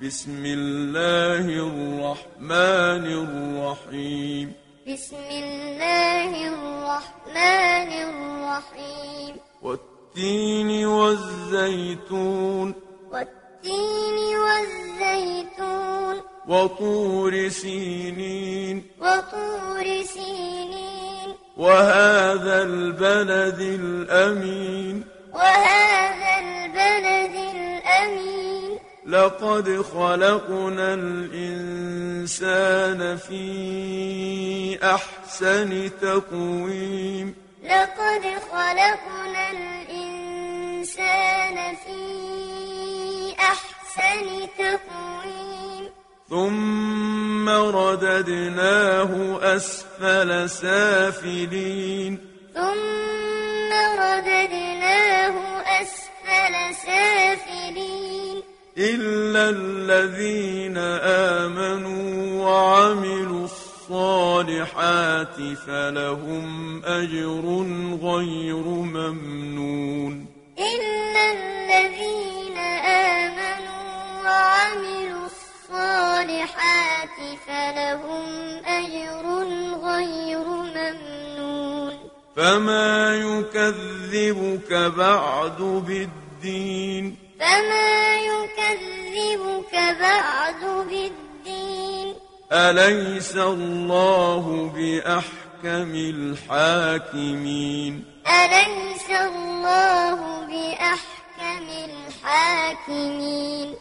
بسم الله الرحمن الرحيم بسم الله الرحمن الرحيم والتين والزيتون والتين والزيتون وطور سينين وطور سينين وهذا البلد الأمين وهذا البلد الأمين لقد خلقنا الإنسان في أحسن تقويم لقد خلقنا الإنسان في أحسن تقويم ثم رددناه أسفل سافلين ثم رددناه أسفل سافلين إلا الذين آمنوا وعملوا الصالحات فلهم أجر غير ممنون إلا الذين آمنوا وعملوا الصالحات فلهم أجر غير ممنون فما يكذبك بعد بالدين فما يكذبك بعد بالدين أليس الله بأحكم الحاكمين أليس الله بأحكم الحاكمين